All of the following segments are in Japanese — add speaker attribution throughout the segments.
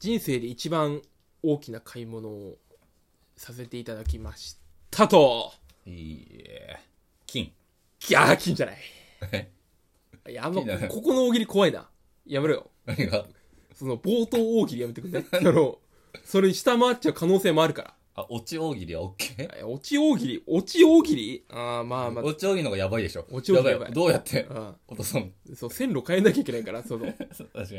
Speaker 1: 人生で一番大きな買い物をさせていただきましたと。
Speaker 2: いいえ。 金。
Speaker 1: ギャー金じゃない。
Speaker 2: え
Speaker 1: いや、あんま
Speaker 2: 金だね、
Speaker 1: ここの大喜利怖いな。やめろよ。
Speaker 2: 何が
Speaker 1: その、冒頭大喜利やめてくんね。あの、それ下回っちゃう可能性もあるか
Speaker 2: あ、落ち大喜利は OK?
Speaker 1: ら。いや落ち大喜利落ち大喜利ああ、まあまあ
Speaker 2: 落ち大喜利の方がやばいでしょ。
Speaker 1: 落ち大喜利やばい
Speaker 2: どうやって
Speaker 1: あ
Speaker 2: 落とすの
Speaker 1: あ。そう、線路変えなきゃいけないから、その、
Speaker 2: 確かに。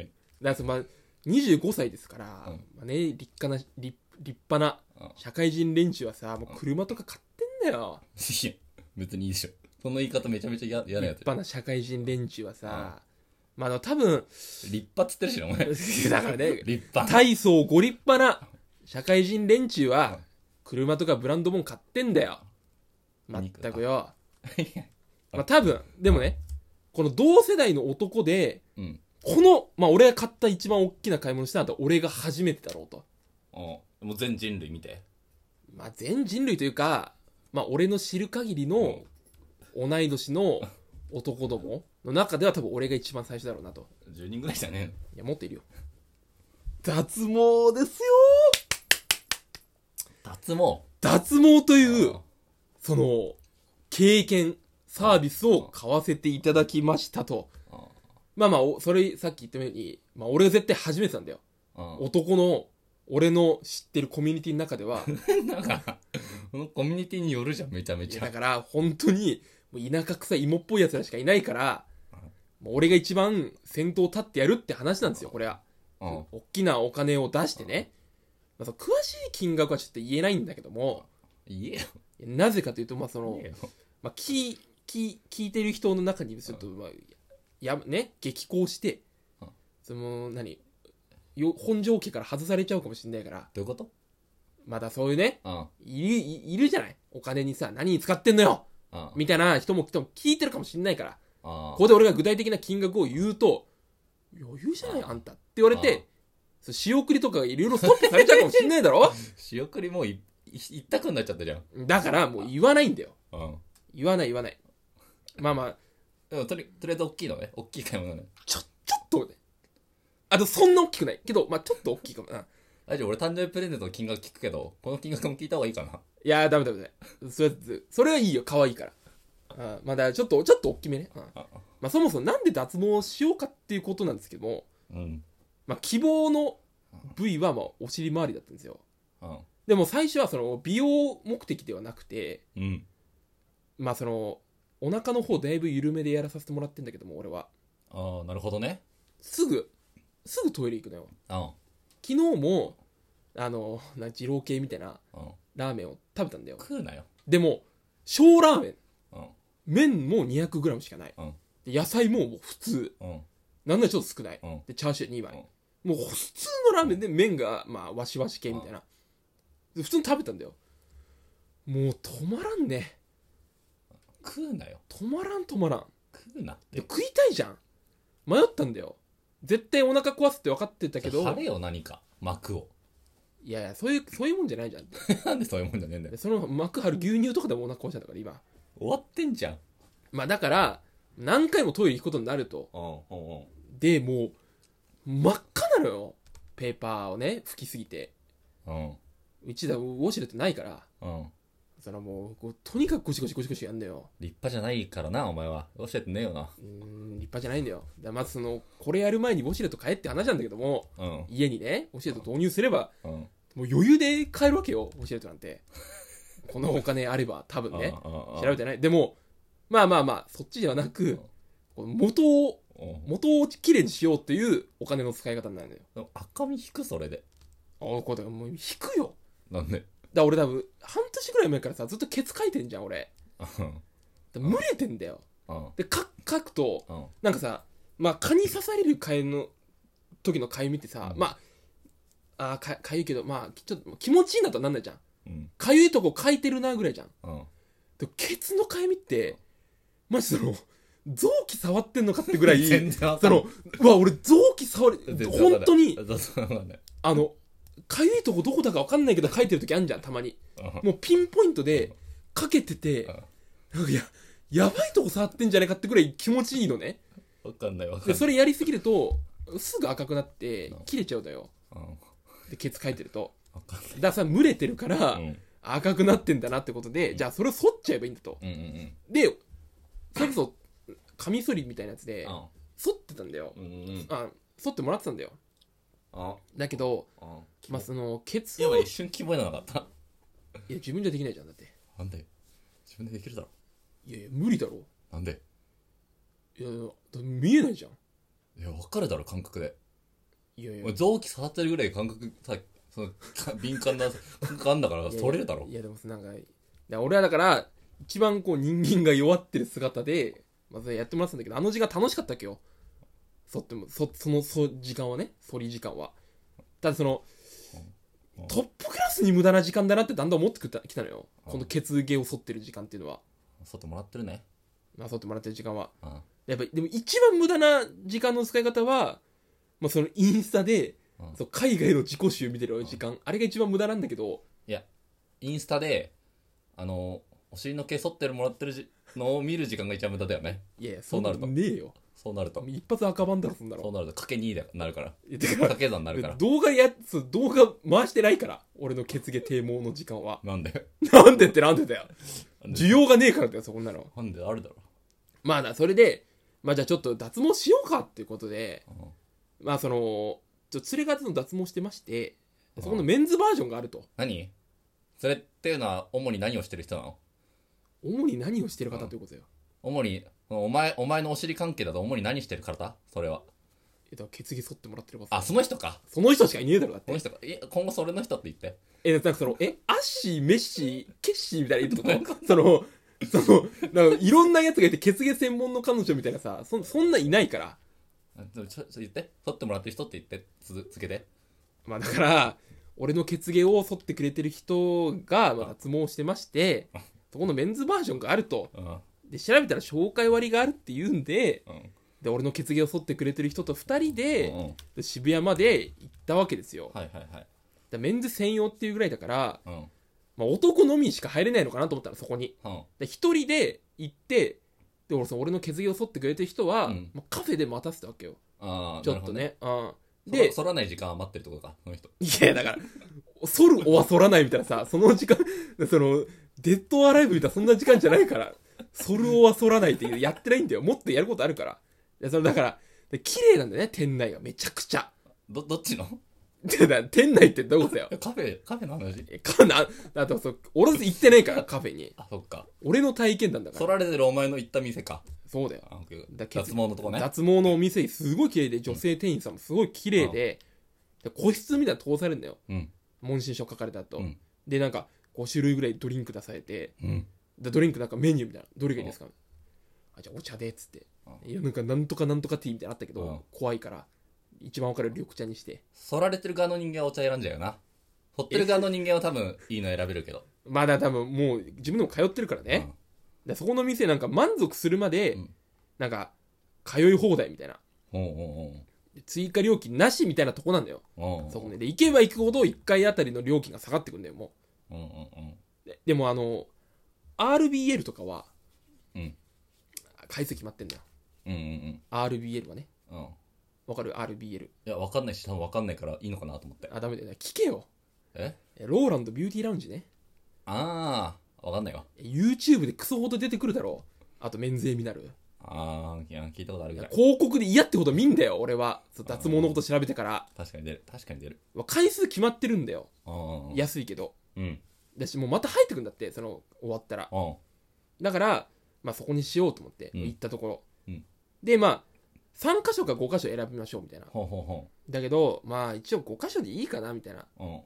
Speaker 1: だからまあ25歳ですから、
Speaker 2: うん
Speaker 1: まあね、立派な立立派な
Speaker 2: うん
Speaker 1: 社会人連中はさもう車とか買ってんだよ、
Speaker 2: いや、別にいいでしょ。その言い方めちゃめちゃ嫌嫌なや
Speaker 1: 立
Speaker 2: つ。
Speaker 1: 派な社会人連中はさ、まあ、あの多分
Speaker 2: 立派っつってるしな、お前。
Speaker 1: だからね
Speaker 2: 立派。
Speaker 1: 大層ご立派な社会人連中
Speaker 2: う
Speaker 1: は
Speaker 2: ん
Speaker 1: 車とかブランドもん買ってんだよ全くよ、
Speaker 2: いや
Speaker 1: まあ、多分でもねこの同世代の男で
Speaker 2: うん。
Speaker 1: この、まあ、俺が買った一番大きな買い物したのは俺が初めてだろうと
Speaker 2: おもう全人類見て。
Speaker 1: まあ、全人類というか、まあ、俺の知る限りの同い年の男どもの中では多分俺が一番最初だろうなと
Speaker 2: 10人ぐらいじゃね
Speaker 1: いや持っているよ脱毛ですよ
Speaker 2: えの。脱毛。
Speaker 1: 脱毛という
Speaker 2: あ
Speaker 1: その経験サービスを買わせていただきましたと
Speaker 2: あ
Speaker 1: まあまあおそれさっき言ったように、まあ、俺が絶対初めてなんだよ
Speaker 2: あ
Speaker 1: 男の俺の知ってるコミュニティの中で は
Speaker 2: なんか、このコミュニティによるじゃん、めちゃめ
Speaker 1: い
Speaker 2: ち
Speaker 1: や
Speaker 2: ゃ
Speaker 1: だ。から本当にもう田舎臭い芋っぽいやつらしかいないからもう俺が一番先頭立ってやるって話なんですよこれは
Speaker 2: うん。
Speaker 1: 大きなお金を出してね、まあ、その詳しい金額はちょっと言えないんだけども
Speaker 2: 言えよ。
Speaker 1: なぜかというとまあその
Speaker 2: 言え、よ
Speaker 1: まあ、聞い聞い聞いてる人の中にちょっと、まあやね、激高して
Speaker 2: うん
Speaker 1: その何よ本条家から外されちゃうかもしれないから
Speaker 2: どういうこと
Speaker 1: まだそういうね
Speaker 2: うん。うん。
Speaker 1: いるいいるじゃないお金にさ何に使ってんのよ
Speaker 2: あ
Speaker 1: みたいな人も人も聞いてるかもしれないから、
Speaker 2: あ
Speaker 1: こ。こで俺が具体的な金額を言うと、余裕じゃないあんたって言われ
Speaker 2: ああ
Speaker 1: て、そう仕送りとかがいろいろストップされちゃうかもしれないだろ
Speaker 2: 仕送りもういい一択になっちゃったじゃん。
Speaker 1: だからもう言わないんだよ。
Speaker 2: うん。
Speaker 1: 言わない言わない。まあまあ、
Speaker 2: でもとり、とりあえず大きいのね。大きい買い物ね。
Speaker 1: ちょ、ちょっとね。あとそんな大きくない。けど、まあちょっと大きいかもな。
Speaker 2: あ、じゃあ俺誕生日プレゼントの金額聞くけど、この金額も聞いた方がいいかな。
Speaker 1: いやーダメダメダメ。それそれはいいよ。可愛いから。あまあだからちょっと、ちょっと大きめね。うん
Speaker 2: あ
Speaker 1: まあそもそもなんで脱毛しようかっていうことなんですけども、
Speaker 2: うん。
Speaker 1: まあ希望の部位はまあお尻周りだったんですよ。
Speaker 2: うん。
Speaker 1: でも最初はその美容目的ではなくて
Speaker 2: うん。
Speaker 1: まあそのお腹の方だいぶ緩めでやらさせてもらってんだけども俺は
Speaker 2: ああ、なるほどね。
Speaker 1: すぐすぐトイレ行くのよ
Speaker 2: うん。
Speaker 1: 昨日もあのな二郎系みたいな
Speaker 2: うん。
Speaker 1: ラーメンを食べたんだよ
Speaker 2: 食うなよ。
Speaker 1: でも小ラーメン
Speaker 2: うん。
Speaker 1: 麺も 200g しかない、
Speaker 2: うん
Speaker 1: で野菜ももう普通
Speaker 2: うん。
Speaker 1: なんならちょっと少ない、
Speaker 2: うん
Speaker 1: でチャーシュー2枚、もう普通のラーメンで麺がまあわしわし系みたいな、で普通に食べたんだよもう止まらんね
Speaker 2: 食うなよ。
Speaker 1: 止まらん止まらん
Speaker 2: 食うなっ
Speaker 1: で
Speaker 2: て。
Speaker 1: 食いたいじゃん迷ったんだよ絶対お腹壊すって分かってたけど
Speaker 2: 貼れよ、何か。膜を。
Speaker 1: いやいやそういうそういうもんじゃないじゃん
Speaker 2: なんでそういうもんじゃねえんだよ
Speaker 1: で。その膜張る牛乳とかでもお腹壊しちゃったから今
Speaker 2: 終わってんじゃん。
Speaker 1: まあだから何回もトイレ行くことになると
Speaker 2: うん。うん。うん。
Speaker 1: でもう真っ赤なのよペーパーをね拭きすぎて
Speaker 2: うん。
Speaker 1: うちだウォシュレットないから
Speaker 2: うん。
Speaker 1: そのもうこうとにかくゴシゴシゴシゴシやんだよ
Speaker 2: 立派じゃないからな、お前は。教えてねえよな。
Speaker 1: うーん立派じゃないんだよだからまずそのこれやる前にウォシュレット買えって話なんだけども
Speaker 2: うん。
Speaker 1: 家にねウォシュレット導入すれば
Speaker 2: うん。
Speaker 1: もう余裕で買えるわけよ、ウォシュレットなんて。このお金あれば、多分ね。
Speaker 2: 調
Speaker 1: 調べてない。でも、まあまあまあ、そっちではな
Speaker 2: うん
Speaker 1: く、こう元を、
Speaker 2: うん。
Speaker 1: 元をきれいにしようっていうお金の使い方になるのよ。
Speaker 2: でも赤身引く、それで。
Speaker 1: ああ、これだからもう引くよ。
Speaker 2: なんで。
Speaker 1: だから俺多分、半年ぐらい前からさ、ずっとケツ書いてんじゃん、俺。
Speaker 2: うん。
Speaker 1: だから蒸れてんだよ。
Speaker 2: うん。
Speaker 1: で、か書くと、
Speaker 2: うん。
Speaker 1: なんかさ、まあ、蚊に刺される蚊の時の痒みってさ、
Speaker 2: うん
Speaker 1: まあ、あーかかゆいけど、まあ、ちょっと気持ちいいなとはなんないじゃん。
Speaker 2: うん。
Speaker 1: かゆいとこ書いてるなぐらいじゃん。
Speaker 2: うん。
Speaker 1: でもケツのかゆみってマジその臓器触ってんのかってぐらい
Speaker 2: 全然わ
Speaker 1: そ
Speaker 2: かんない
Speaker 1: のうわ俺臓器触れ
Speaker 2: 全然わかんない
Speaker 1: 本当に
Speaker 2: そうそうなんだよ
Speaker 1: あのかゆいとこどこだか分かんないけど書いてる時あんじゃんたまに
Speaker 2: うん
Speaker 1: もうピンポイントでかけててなんかややばいとこ触ってんじゃないかってぐらい気持ちいいのね
Speaker 2: わかんないわかん
Speaker 1: で
Speaker 2: ない。
Speaker 1: それやりすぎるとすぐ赤くなって切れちゃうだよ
Speaker 2: うん
Speaker 1: でケツ書いてると
Speaker 2: わかんない
Speaker 1: だからさ蒸れてるから
Speaker 2: うん
Speaker 1: 赤くなってんだなってことで、じゃあそれを剃っちゃえばいいんだと
Speaker 2: うんうん
Speaker 1: でそれこそカミソリみたいなやつで
Speaker 2: あ
Speaker 1: 剃ってたんだよ、
Speaker 2: うんうん
Speaker 1: あ剃ってもらってたんだよ
Speaker 2: あ
Speaker 1: だけど、
Speaker 2: あ
Speaker 1: まあ、そのケツ
Speaker 2: や
Speaker 1: を
Speaker 2: ば
Speaker 1: い
Speaker 2: い
Speaker 1: や
Speaker 2: 一瞬キモいなのなかっ
Speaker 1: 自分じゃできないじゃんだって
Speaker 2: たなんで自分でできるだろ
Speaker 1: いやいや無理だろ
Speaker 2: なんで
Speaker 1: いやいやだって見えないじゃん
Speaker 2: いや分かるだろ感覚で
Speaker 1: いやいや
Speaker 2: 俺臓器触ってるぐらい感覚さそのか敏感な 感覚あんだから
Speaker 1: いや
Speaker 2: 取れるだろ
Speaker 1: いやでもなんかだから俺はだから一番こう人間が弱ってる姿で、まあ、それやってもらってたんだけどあの時間楽しかったっけよそってもそそのそ時間はねそり時間はただその
Speaker 2: うん
Speaker 1: トップクラスに無駄な時間だなってだんだん思ってきたきたのよ
Speaker 2: うん
Speaker 1: この血毛を剃ってる時間っていうのは、
Speaker 2: 剃ってもらってるね
Speaker 1: まあ、剃ってもらってる時間は
Speaker 2: うん
Speaker 1: やっぱでも一番無駄な時間の使い方は、まあ、そのインスタで、
Speaker 2: うん
Speaker 1: そう海外の自己集見てる時間、あれが一番無駄なんだけど
Speaker 2: インスタであのお尻の毛剃ってるもらってるじのを見る時間が一番無駄だよね
Speaker 1: いやいや
Speaker 2: そ
Speaker 1: そううな
Speaker 2: なる
Speaker 1: る
Speaker 2: と
Speaker 1: とねえよ
Speaker 2: そうなると
Speaker 1: 一発赤番だろそんな
Speaker 2: そう
Speaker 1: の
Speaker 2: なると掛け2になるから
Speaker 1: いやだから
Speaker 2: 掛け算になるから
Speaker 1: 動画やつ動画回してないから俺の血毛低毛の時間は
Speaker 2: なんで
Speaker 1: なんでってなんでだよ
Speaker 2: なんで
Speaker 1: 需要がねえからだよそこんなの
Speaker 2: なんであるだろ
Speaker 1: まあなそれでまあじゃあちょっと脱毛しようかっていうことで
Speaker 2: うん
Speaker 1: まあそのちょっと連れ方の脱毛してましてそこのメンズバージョンがあると
Speaker 2: 何それっていうのは主に何をしてる人なの
Speaker 1: 主に何をしてる方ということだよ
Speaker 2: 主にお前お前のお尻関係だと主に何してる体それは
Speaker 1: えっと血毛剃ってもらってる方
Speaker 2: あその人か
Speaker 1: その人しかいねえだろだっ
Speaker 2: こ
Speaker 1: て
Speaker 2: の人かえ今後それの人って言って
Speaker 1: えなんかそのえアッシーメッシーケッシーみたいな言うとこそのそのなんかいろんなやつがいて血毛専門の彼女みたいなさそそんないないから
Speaker 2: あちょちょちょ言って取ってもらってる人って言って続続けて
Speaker 1: まあだから、俺の血毛を剃ってくれてる人が、まあ、脱毛してまして、そこのメンズバージョンがあると。
Speaker 2: うん
Speaker 1: で、調べたら紹介割があるっていうんで、
Speaker 2: うん
Speaker 1: で、俺の血毛を剃ってくれてる人と二人
Speaker 2: うん
Speaker 1: で、
Speaker 2: うん
Speaker 1: で渋谷まで行ったわけですよ。
Speaker 2: はいはいはい
Speaker 1: でメンズ専用っていうぐらいだから、
Speaker 2: うん
Speaker 1: まあ、男のみしか入れないのかなと思ったらそこに。
Speaker 2: うん
Speaker 1: で、一人で行って、で、俺さ、俺の血毛を剃ってくれてる人は、
Speaker 2: うん
Speaker 1: まあ、カフェで待たせたわけよ。
Speaker 2: あー
Speaker 1: ちょっとね。うん。
Speaker 2: なるほどね
Speaker 1: で
Speaker 2: そ、剃らない時間余ってるってことかその人
Speaker 1: いや、だから、反るおは反らないみたいなさ、その時間、 その、デッドアライブみたいなそんな時間じゃないから、反るおは反らないっていう、やってないんだよ。もっとやることあるから。いや、その、だから、で綺麗なんだよね、店内がめちゃくちゃ。
Speaker 2: どどっちの
Speaker 1: で、だ店内ってどこだよ。
Speaker 2: えカフェカフェの話
Speaker 1: えかな、だとそう、俺行ってないから、カフェに。
Speaker 2: あそっか
Speaker 1: 俺の体験談だか
Speaker 2: 剃
Speaker 1: ら。
Speaker 2: られてるお前の行った店か
Speaker 1: そうだよ。
Speaker 2: あオッケー
Speaker 1: だ
Speaker 2: 脱毛のとこね
Speaker 1: 脱毛のお店、すごい綺麗で、女性店員さんもすごい綺麗で、で個室みたいなの通されるんだよ。
Speaker 2: うん
Speaker 1: 問診書書かれた後。
Speaker 2: うん
Speaker 1: で、なんか、5種類ぐらいドリンク出されて、
Speaker 2: うん
Speaker 1: でドリンクなんかメニューみたいなどれがいいですかあじゃあお茶でっつって
Speaker 2: うん
Speaker 1: いやなんかなんとかなんとかティーみたいなのあったけど、
Speaker 2: うん
Speaker 1: 怖いから一番わかる緑茶にして
Speaker 2: 剃られてる側の人間はお茶選んじゃうよな剃ってる側の人間は多分いいの選べるけど
Speaker 1: まだ多分もう自分でも通ってるからね、でそこの店なんか満足するまで、
Speaker 2: うん
Speaker 1: なんか通い放題みたいな
Speaker 2: うんうん
Speaker 1: で追加料金なしみたいなとこなんだよ、
Speaker 2: うんうん
Speaker 1: そこねで行けば行くほど1回あたりの料金が下がってくんだよも
Speaker 2: うんうんうん
Speaker 1: うででもあの RBL とかは、
Speaker 2: うん
Speaker 1: 回数決まってんだよ
Speaker 2: うんうん
Speaker 1: RBL はね
Speaker 2: うんうん
Speaker 1: わかる RBL
Speaker 2: いやわかんないし多分わかんないからいいのかなと思って
Speaker 1: あダメだよね聞けよ
Speaker 2: え
Speaker 1: えローランドビューティーラウンジね。
Speaker 2: ああわかんないわ
Speaker 1: え YouTube でクソほど出てくるだろう。あと、免税になる。
Speaker 2: ああいや聞いたことある
Speaker 1: い
Speaker 2: ぐ
Speaker 1: や
Speaker 2: らい
Speaker 1: 広告で嫌ってこと見んだよ、俺は。そう脱毛のこと調べてから。
Speaker 2: 確かに出る確かに出る
Speaker 1: わ回数決まってるんだよ。
Speaker 2: うんうん
Speaker 1: 安いけど。
Speaker 2: うん
Speaker 1: だし、もうまた入ってくんだって、その、終わったら。
Speaker 2: うん
Speaker 1: だから、まあそこにしようと思って、
Speaker 2: うん
Speaker 1: 行ったところ。
Speaker 2: うん
Speaker 1: で、まあ、3箇所か5箇所選びましょう、みたいな。
Speaker 2: ほうほうほ
Speaker 1: だけど、まあ一応5箇所でいいかな、みたいな。
Speaker 2: ううん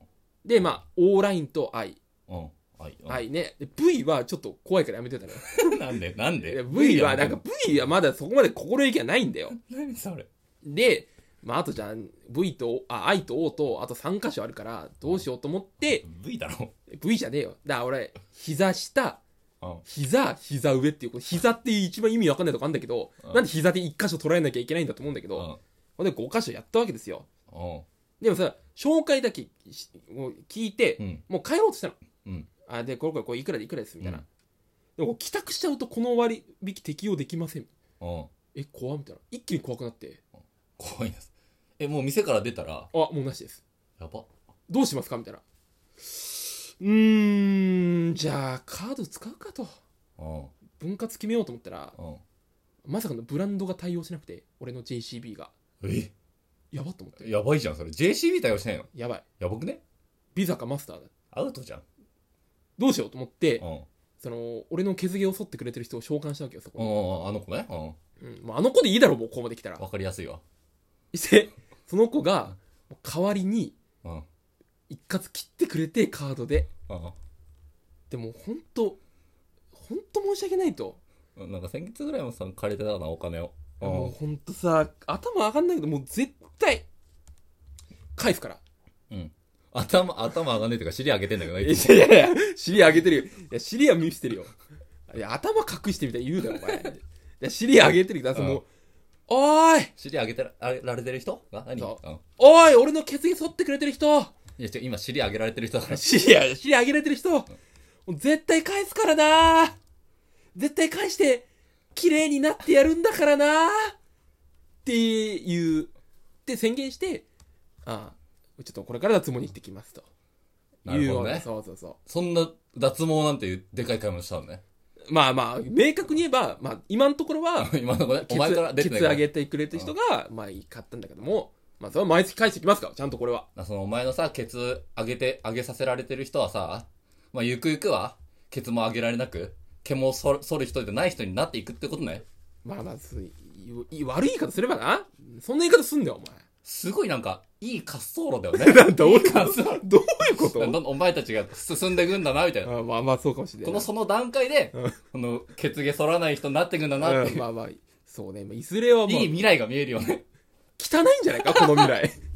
Speaker 1: で、まあ、O ラインと I。
Speaker 2: うんはいうん
Speaker 1: I ね。で V はちょっと怖いからやめてたのよ。
Speaker 2: なんでなん
Speaker 1: いや
Speaker 2: で
Speaker 1: V は、なんか V はまだそこまで心意気がないんだよ。
Speaker 2: 何それ
Speaker 1: で、まあ、あとじゃあ V とあ I と O とあと3箇所あるからどうしようと思って
Speaker 2: V だろ
Speaker 1: V じゃねえよだから俺膝下
Speaker 2: うん
Speaker 1: 膝膝上っていうこの膝っていう一番意味わかんないとこあるんだけど
Speaker 2: うん
Speaker 1: なんで膝で1箇所捉えなきゃいけないんだと思うんだけ
Speaker 2: う
Speaker 1: ど
Speaker 2: ん
Speaker 1: ほんで5箇所やったわけですよ
Speaker 2: うん
Speaker 1: でもさ紹介だけしもう聞いて
Speaker 2: うん
Speaker 1: もう帰ろうとしたの
Speaker 2: うん
Speaker 1: あでこれこれこれいくらでいくらですみたいな、
Speaker 2: うん
Speaker 1: でも帰宅しちゃうとこの割引適用できません
Speaker 2: うん
Speaker 1: え怖みたいな一気に怖くなって
Speaker 2: 怖いですえもう店から出たら
Speaker 1: あもうなしです
Speaker 2: やば
Speaker 1: どうしますかみたいな。うーん、じゃあカード使うかと。
Speaker 2: うん。
Speaker 1: 分割決めようと思ったら、
Speaker 2: うん。
Speaker 1: まさかのブランドが対応しなくて、俺の JCB が。
Speaker 2: え
Speaker 1: やばっと思って。
Speaker 2: やばいじゃん、それ。JCB 対応しないの
Speaker 1: やばい。
Speaker 2: やばくね
Speaker 1: ビザかマスターだ。
Speaker 2: アウトじゃん。
Speaker 1: どうしようと思って
Speaker 2: う、ん。
Speaker 1: その、俺の毛づけを剃ってくれてる人を召喚したわけよ、そこ
Speaker 2: う
Speaker 1: に。
Speaker 2: ん、うんあの子ね。う
Speaker 1: うん。もうあの子でいいだろ、もうここまで来たら
Speaker 2: ん。。わかりやすいわ。
Speaker 1: して、その子が、もう代わりに、
Speaker 2: うん。うん。
Speaker 1: 一括切ってくれて、カードで。でも、ほんと、ほんと申し訳ないと。
Speaker 2: うんなんか先月ぐらいもさ、借りてたな、お金を。う
Speaker 1: もうほんとさ、頭上がんないけど、もう絶対、返すから。
Speaker 2: ん。うん。頭、頭上がんねえというか、尻上げてんだけ ど
Speaker 1: い
Speaker 2: ね。いつも
Speaker 1: やいやいや、尻上げてるよ。いや、尻は見せてるよ。いや、頭隠してみたいに言うだろ、お前。いや、尻上げてるけど、その、おーい
Speaker 2: 尻上げてらあれられてる人が何
Speaker 1: そ
Speaker 2: うん。
Speaker 1: おーい俺の血液剃ってくれてる人
Speaker 2: いや、違う、今尻上げられてる人だから。
Speaker 1: 尻や、尻上げられてる人、もう絶対返すからな絶対返して、綺麗になってやるんだからなっていう、って宣言して、ああ、ちょっとこれから脱毛に行ってきますと。
Speaker 2: なるほどね
Speaker 1: いうようなそうそうそ
Speaker 2: そんな脱毛なんていうでかい買い物したのね。
Speaker 1: う。まあまあ、明確に言えば、まあ今のところは、
Speaker 2: 今の子ね、お
Speaker 1: ケ
Speaker 2: 前から出
Speaker 1: ツ
Speaker 2: て
Speaker 1: ケ
Speaker 2: ないか
Speaker 1: ツ
Speaker 2: ら
Speaker 1: 上げてくれた人が、まあ買ったんだけども、まあそれは毎月返してきますから、ちゃんとこれは。
Speaker 2: なそのお前のさ、ケツ上げて、上げさせられてる人はさ、まあ、ゆくゆくは、ケツも上げられなく、毛も剃る剃る人でない人になっていくってことね。
Speaker 1: まあまあ、そういうい 悪い言い方すればな。そんな言い方すんだよ、お前。
Speaker 2: すごいなんか、いい滑走路 だよね。
Speaker 1: なんだ、俺
Speaker 2: 滑走路
Speaker 1: どういうこと
Speaker 2: どんどんお前たちが進んでいくんだな、みたいな。
Speaker 1: あまあまあそうかもしれな
Speaker 2: こ
Speaker 1: い
Speaker 2: の
Speaker 1: な。
Speaker 2: その段階で、この、ケツ毛剃らない人になっていくんだなって
Speaker 1: う
Speaker 2: い
Speaker 1: ん
Speaker 2: う、
Speaker 1: まあまあ、そうね。まあいずれはまあ、
Speaker 2: いい未来が見えるよね。
Speaker 1: 汚いんじゃないかこの未来。